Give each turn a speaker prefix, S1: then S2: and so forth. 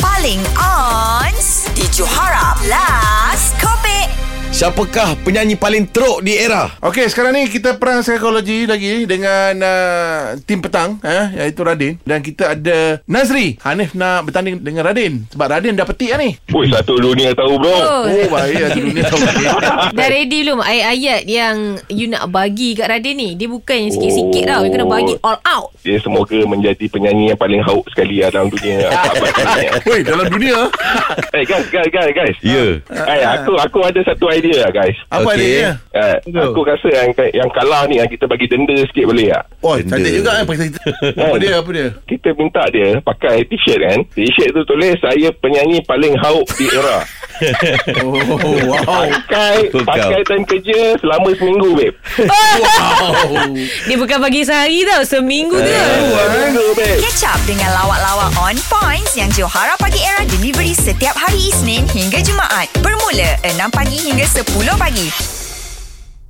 S1: paling on di Johara Plus Kopi.
S2: Siapakah penyanyi paling teruk di era?
S3: Okey, sekarang ni kita perang psikologi lagi dengan uh, tim petang eh iaitu Radin dan kita ada Nazri. Hanif nak bertanding dengan Radin sebab Radin dah petik lah ni.
S4: Ui, satu dunia tahu bro.
S3: Oh, oh bahaya tu dunia tahu.
S5: Dah ready belum ayat-ayat yang you nak bagi kat Radin ni? Dia bukan yang sikit-sikit tau. You kena bagi all out.
S4: Dia semoga menjadi penyanyi yang paling hauk sekali lah dalam dunia.
S3: Woi, dalam dunia.
S4: hey, Eh, guys, guys, guys, guys.
S2: Ya.
S4: Hey, aku aku ada satu idea lah, guys.
S3: Apa
S2: Okey.
S3: okay. dia?
S4: Eh, aku rasa yang yang kalah ni yang kita bagi denda sikit boleh tak?
S3: Oh,
S2: Benda.
S3: cantik juga eh pakai kita. apa dia? Apa dia?
S4: Kita minta dia pakai t-shirt kan. T-shirt tu tulis saya penyanyi paling hauk di era.
S3: Oh, wow.
S4: Pakai
S2: Betul kau.
S4: pakai time kerja selama seminggu, babe.
S5: Dia bukan bagi sehari tau. Seminggu tu.
S3: Eh.
S4: Seminggu, babe.
S1: Catch up dengan lawak-lawak on points yang Johara Pagi Era delivery setiap hari Isnin hingga Jumaat. Bermula 6 pagi hingga 10 pagi.